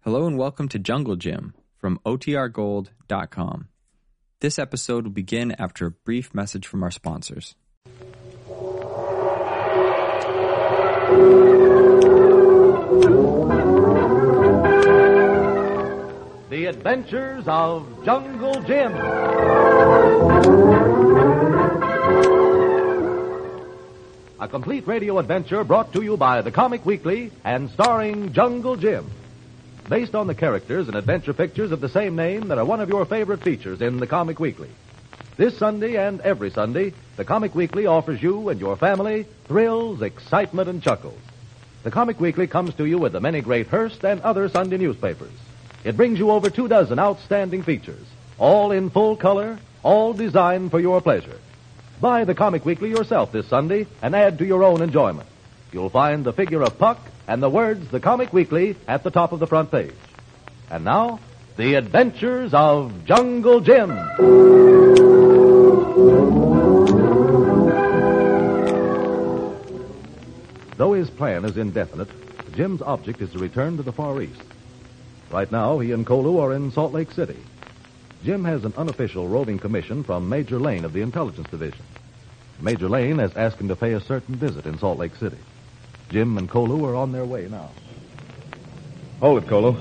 Hello and welcome to Jungle Gym from OTRGold.com. This episode will begin after a brief message from our sponsors. The Adventures of Jungle Jim. A complete radio adventure brought to you by the Comic Weekly and starring Jungle Jim. Based on the characters and adventure pictures of the same name that are one of your favorite features in the Comic Weekly. This Sunday and every Sunday, the Comic Weekly offers you and your family thrills, excitement, and chuckles. The Comic Weekly comes to you with the many great Hearst and other Sunday newspapers. It brings you over two dozen outstanding features, all in full color, all designed for your pleasure. Buy the Comic Weekly yourself this Sunday and add to your own enjoyment. You'll find the figure of Puck and the words The Comic Weekly at the top of the front page. And now, The Adventures of Jungle Jim. Though his plan is indefinite, Jim's object is to return to the Far East. Right now, he and Kolu are in Salt Lake City. Jim has an unofficial roving commission from Major Lane of the Intelligence Division. Major Lane has asked him to pay a certain visit in Salt Lake City. Jim and Kolu are on their way now. Hold it, Colo.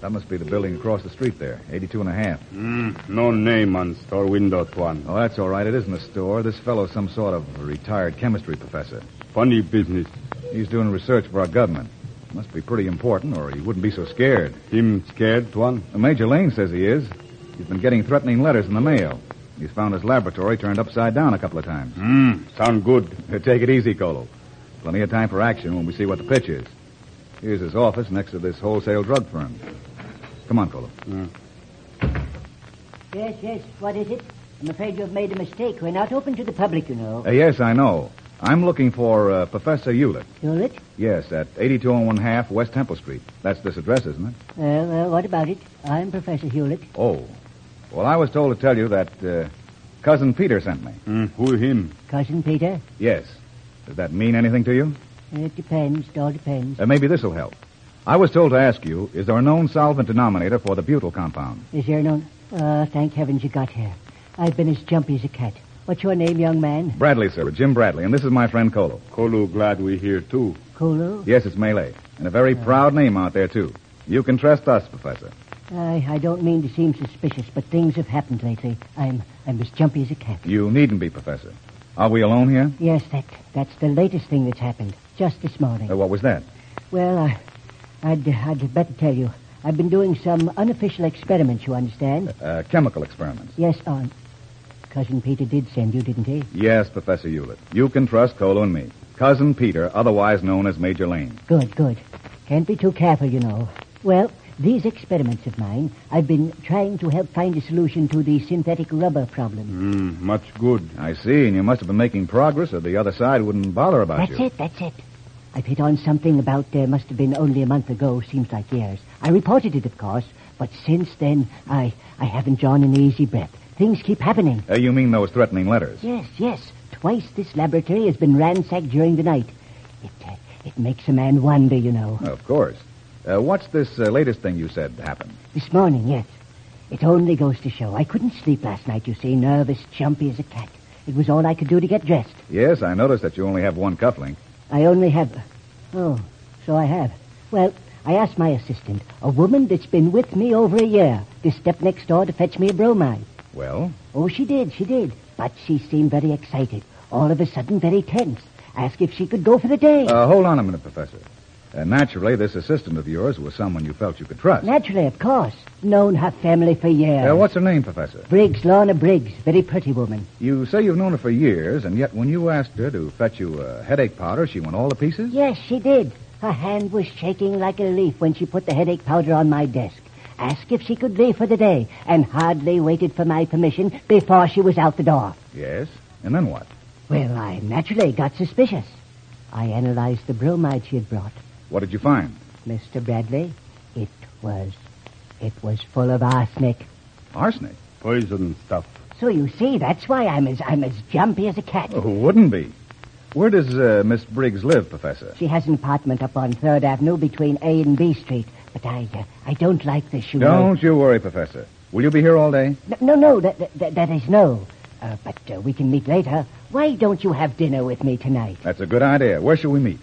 That must be the building across the street there, 82 and a half. No name on store window, Tuan. Oh, that's all right. It isn't a store. This fellow's some sort of retired chemistry professor. Funny business. He's doing research for our government. Must be pretty important, or he wouldn't be so scared. Him scared, Tuan? Major Lane says he is. He's been getting threatening letters in the mail. He's found his laboratory turned upside down a couple of times. Hmm, sound good. Take it easy, Colo. Plenty of time for action when we see what the pitch is. Here's his office next to this wholesale drug firm. Come on, Colo. Yes, yes. What is it? I'm afraid you've made a mistake. We're not open to the public, you know. Uh, yes, I know. I'm looking for uh, Professor Hewlett. Hewlett? Yes, at 82 and one half West Temple Street. That's this address, isn't it? Well, Uh, well, what about it? I'm Professor Hewlett. Oh. Well, I was told to tell you that uh, Cousin Peter sent me. Hmm, who him? Cousin Peter? Yes. Does that mean anything to you? It depends. It all depends. Uh, maybe this will help. I was told to ask you, is there a known solvent denominator for the butyl compound? Is there no... Ah, thank heavens you got here. I've been as jumpy as a cat. What's your name, young man? Bradley, sir. Jim Bradley, and this is my friend Colo. Kolu glad we here, too. Kolo? Yes, it's Malay. And a very proud name out there, too. You can trust us, Professor. I, I don't mean to seem suspicious, but things have happened lately. I'm I'm as jumpy as a cat. You needn't be, Professor. Are we alone here? Yes, that that's the latest thing that's happened. Just this morning. Uh, what was that? Well, I, I'd I'd better tell you. I've been doing some unofficial experiments, you understand? Uh, chemical experiments. Yes, Aunt. Cousin Peter did send you, didn't he? Yes, Professor Hewlett. You can trust Colo and me. Cousin Peter, otherwise known as Major Lane. Good, good. Can't be too careful, you know. Well, these experiments of mine, I've been trying to help find a solution to the synthetic rubber problem. Hmm, much good. I see, and you must have been making progress, or the other side wouldn't bother about that's you. it, that's it. I've hit on something about, uh, must have been only a month ago, seems like years. I reported it, of course, but since then, I, I haven't drawn an easy breath. Things keep happening. Uh, you mean those threatening letters? Yes, yes. Twice this laboratory has been ransacked during the night. It, uh, it makes a man wonder, you know. Of course. Uh, what's this uh, latest thing you said happened? This morning, yes. It only goes to show. I couldn't sleep last night, you see, nervous, jumpy as a cat. It was all I could do to get dressed. Yes, I noticed that you only have one cufflink. I only have. Oh, so I have. Well, I asked my assistant, a woman that's been with me over a year, to step next door to fetch me a bromide. Well, Oh, she did, she did. But she seemed very excited, all of a sudden very tense. Asked if she could go for the day. uh, hold on a minute, Professor. Uh, naturally, this assistant of yours was someone you felt you could trust. Naturally, of course. Known her family for years. Uh, what's her name, Professor? Briggs, Lorna Briggs, very pretty woman. You say you've known her for years, and yet when you asked her to fetch you a headache powder, she went all to pieces? Yes, she did. Her hand was shaking like a leaf when she put the headache powder on my desk. Asked if she could leave for the day, and hardly waited for my permission before she was out the door. Yes. And then what? Well, I naturally got suspicious. I analyzed the bromide she had brought. What did you find? Mr. Bradley, it was. It was full of arsenic. Arsenic. Poison stuff. So you see, that's why I'm as, I'm as jumpy as a cat. Who Oh, wouldn't be? Where does uh, Miss Briggs live, Professor? She has an apartment up on Third Avenue between A and B Street. But I, uh, I don't like the shoe. Don't you worry, Professor. Will you be here all day? No, no, no that, that, that is no. Uh, but uh, we can meet later. Why don't you have dinner with me tonight? That's a good idea. Where shall we meet?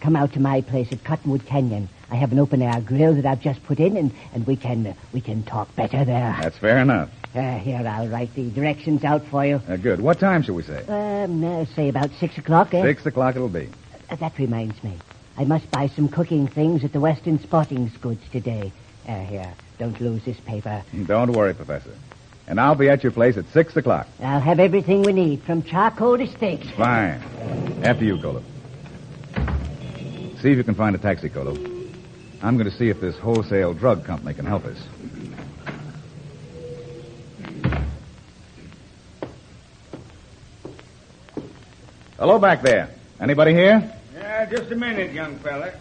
Come out to my place at Cottonwood Canyon. I have an open air grill that I've just put in, and, and we can uh, we can talk better there. That's fair enough. Uh, here, I'll write the directions out for you. Uh, good. What time shall we say? Um, uh, say about six o'clock. Eh? Six o'clock it'll be. Uh, that reminds me, I must buy some cooking things at the Western Sporting Goods today. Uh, here, don't lose this paper. Don't worry, Professor. And I'll be at your place at six o'clock. I'll have everything we need, from charcoal to steaks. Fine. After you, Golo. See if you can find a taxi, Golo. I'm going to see if this wholesale drug company can help us. Hello back there. Anybody here? Yeah, just a minute, young fella.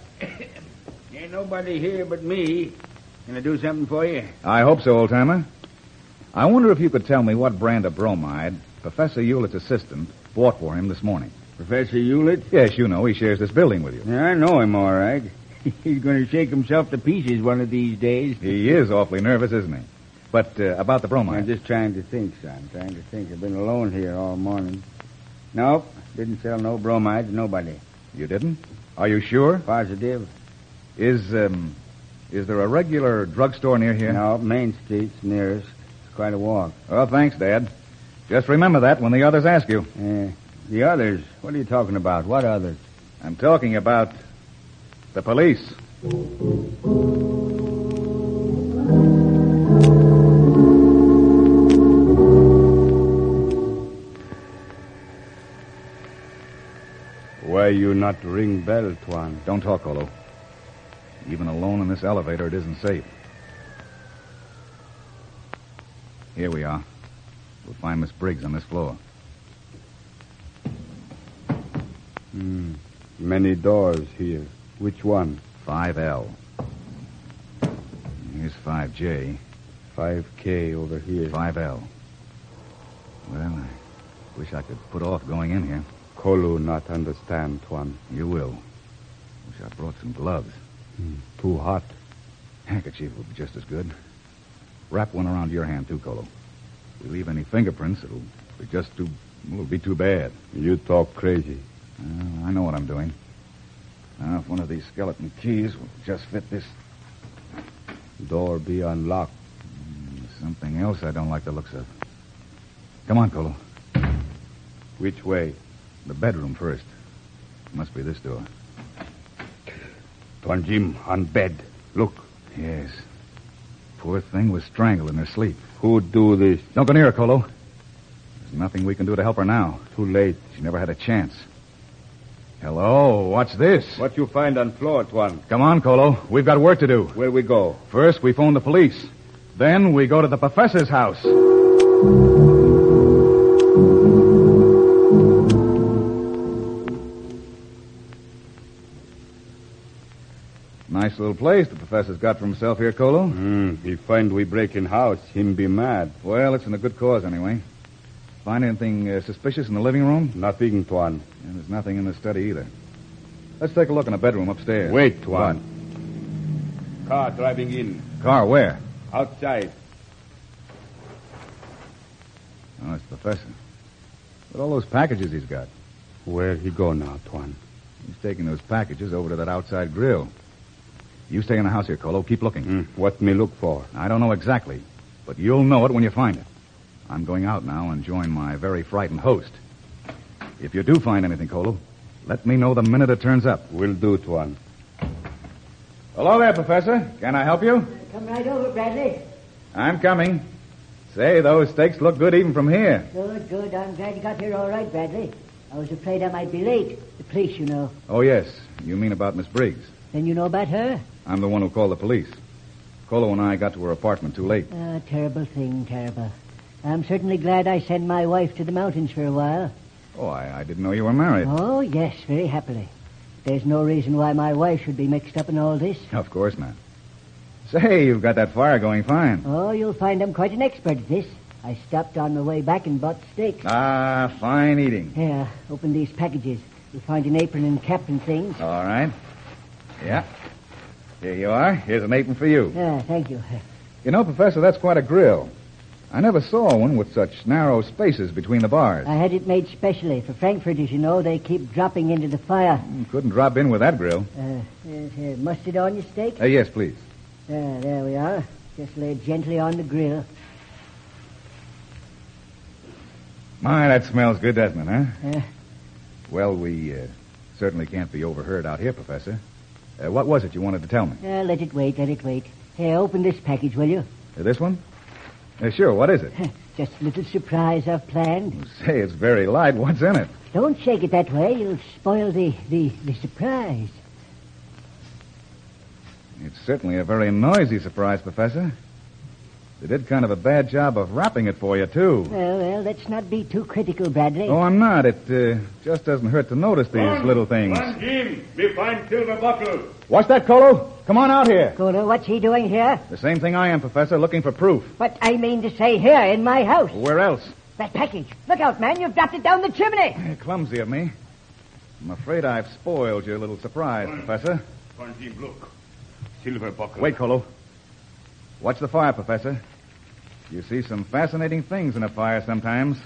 Ain't nobody here but me. Can I do something for you? I hope so, old timer. I wonder if you could tell me what brand of bromide Professor Hewlett's assistant bought for him this morning. Professor Hewlett? Yes, you know he shares this building with you. Yeah, I know him all right. He's going to shake himself to pieces one of these days. He is awfully nervous, isn't he? But uh, about the I'm bromide. just trying to think, son. Trying to think. I've been alone here all morning. Nope. Didn't sell no bromide to nobody. You didn't? Are you sure? Positive. Is um, is there a regular drugstore near here? No, Main Street's nearest. It's quite a walk. Well, thanks, Dad. Just remember that when the others ask you. Eh, Uh, the others? What are you talking about? What others? I'm talking about the police. Why you not ring bell, Tuan? Don't talk, Olo. Even alone in this elevator, it isn't safe. Here we are. We'll find Miss Briggs on this floor. Hmm. Many doors here. Which one? 5L. Here's 5J. 5K over here. 5L. Well, I wish I could put off going in here. Kolu not understand, Tuan. You will. Wish I brought some gloves. Hmm, Too hot. Handkerchief would be just as good. Wrap one around your hand, too, Colo. If we leave any fingerprints, it'll be just too... It'll be too bad. You talk crazy. Uh, I know what I'm doing. Now, if one of these skeleton keys will just fit this... Door be unlocked. Mm, Something else I don't like the looks of. Come on, Colo. Which way? The bedroom first. Must be this door. Tuan Jim on bed. Look. Yes. Poor thing was strangled in her sleep. Who do this? Don't go near her, Colo. There's nothing we can do to help her now. Too late. She never had a chance. Hello, what's this? What you find on floor, Tuan? Come on, Colo. We've got work to do. Where we go? First, we phone the police. Then we go to the professor's house. Nice little place the professor's got for himself here, Colo. Hmm. He find we break in house. Him be mad. Well, it's in a good cause anyway. Find anything uh, suspicious in the living room? Nothing, Tuan. And there's nothing in the study either. Let's take a look in the bedroom upstairs. Wait, Tuan. Car driving in. Car, where? Outside. Oh, it's the professor. But all those packages he's got. Where he go now, Tuan? He's taking those packages over to that outside grill. You stay in the house here, Colo. Keep looking. Hmm. What me look for? I don't know exactly, but you'll know it when you find it. I'm going out now and join my very frightened host. If you do find anything, Colo, let me know the minute it turns up. Will do, Tuan. Hello there, Professor. Can I help you? Come right over, Bradley. I'm coming. Say, those steaks look good even from here. Good, good. I'm glad you got here all right, Bradley. I was afraid I might be late. The police, you know. Oh, yes. You mean about Miss Briggs. Then you know about her? I'm the one who called the police. Colo and I got to her apartment too late. Ah, terrible thing, terrible. I'm certainly glad I sent my wife to the mountains for a while. Oh, I, I didn't know you were married. Oh, yes, very happily. There's no reason why my wife should be mixed up in all this. Of course not. Say, you've got that fire going fine. Oh, you'll find I'm quite an expert at this. I stopped on my way back and bought steaks. Ah, fine eating. Here, open these packages. You'll find an apron and cap and things. All right. Yeah. Here you are. Here's an apron for you. Yeah, Ah, thank you. You know, Professor, that's quite a grill. I never saw one with such narrow spaces between the bars. I had it made specially for Frankfurters, you know. They keep dropping into the fire. Couldn't drop in with that grill. Uh, uh, uh, mustard on your steak? Uh, yes, please. There, there we are. Just lay it gently on the grill. My, that smells good, doesn't it, huh? Yeah. Well, we uh, certainly can't be overheard out here, Professor. Uh, what was it you wanted to tell me? Uh, let it wait, let it wait. Here, open this package, will you? Uh, this one? Uh, sure, what is it? Just a little surprise I've planned. Say, it's very light. What's in it? Don't shake it that way. You'll spoil the, the, the surprise. It's certainly a very noisy surprise, Professor. They did kind of a bad job of wrapping it for you, too. Well, well, let's not be too critical, Bradley. Oh, I'm not. It uh, just doesn't hurt to notice these little things. Jim, me find silver bottle. What's that, Colo? Come on out here. Gordo, what's he doing here? The same thing I am, Professor, looking for proof. What I mean to say here, in my house. Where else? That package. Look out, man. You've dropped it down the chimney. Clumsy of me. I'm afraid I've spoiled your little surprise, Professor. Find Jim, look. Silver buckle. Wait, Colo. Watch the fire, Professor. You see some fascinating things in a fire sometimes.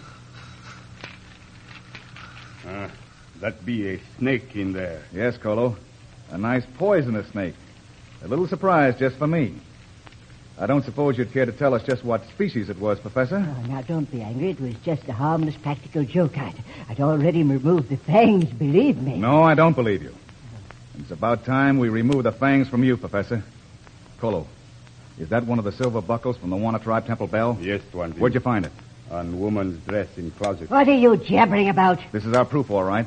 Ah, that be a snake in there. Yes, Colo. A nice poisonous snake. A little surprise just for me. I don't suppose you'd care to tell us just what species it was, Professor. Oh, now, don't be angry. It was just a harmless practical joke. I'd, I'd already removed the fangs, believe me. No, I don't believe you. It's about time we remove the fangs from you, Professor. Colo, is that one of the silver buckles from the Wanna Tribe Temple Bell? Yes, one Jim. Where'd you find it? On woman's dress in closet. What are you jabbering about? This is our proof, all right.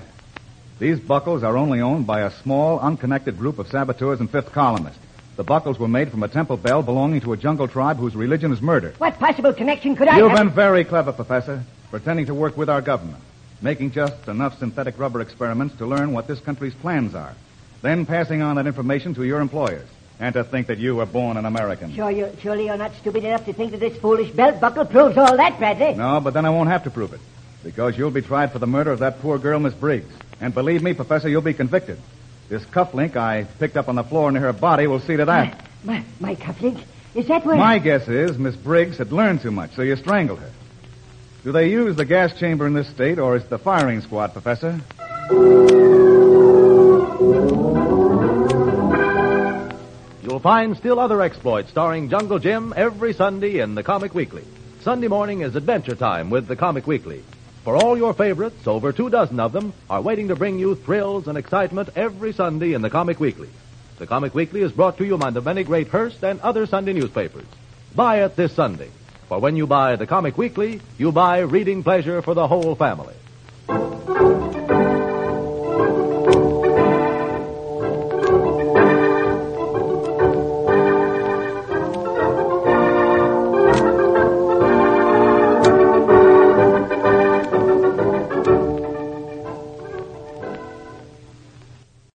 These buckles are only owned by a small, unconnected group of saboteurs and fifth columnists. The buckles were made from a temple bell belonging to a jungle tribe whose religion is murder. What possible connection could I You've have? been very clever, Professor, pretending to work with our government, making just enough synthetic rubber experiments to learn what this country's plans are, then passing on that information to your employers, and to think that you were born an American. Sure you, surely you're not stupid enough to think that this foolish belt buckle proves all that, Bradley. No, but then I won't have to prove it, because you'll be tried for the murder of that poor girl, Miss Briggs. And believe me, Professor, you'll be convicted. This cufflink I picked up on the floor near her body will see to that. My, my cufflink? Is that where... My guess is Miss Briggs had learned too much, so you strangled her. Do they use the gas chamber in this state, or is it the firing squad, Professor? You'll find still other exploits starring Jungle Jim every Sunday in the Comic Weekly. Sunday morning is adventure time with the Comic Weekly. For all your favorites, over two dozen of them are waiting to bring you thrills and excitement every Sunday in the Comic Weekly. The Comic Weekly is brought to you by the many great Hearst and other Sunday newspapers. Buy it this Sunday, for when you buy the Comic Weekly, you buy reading pleasure for the whole family.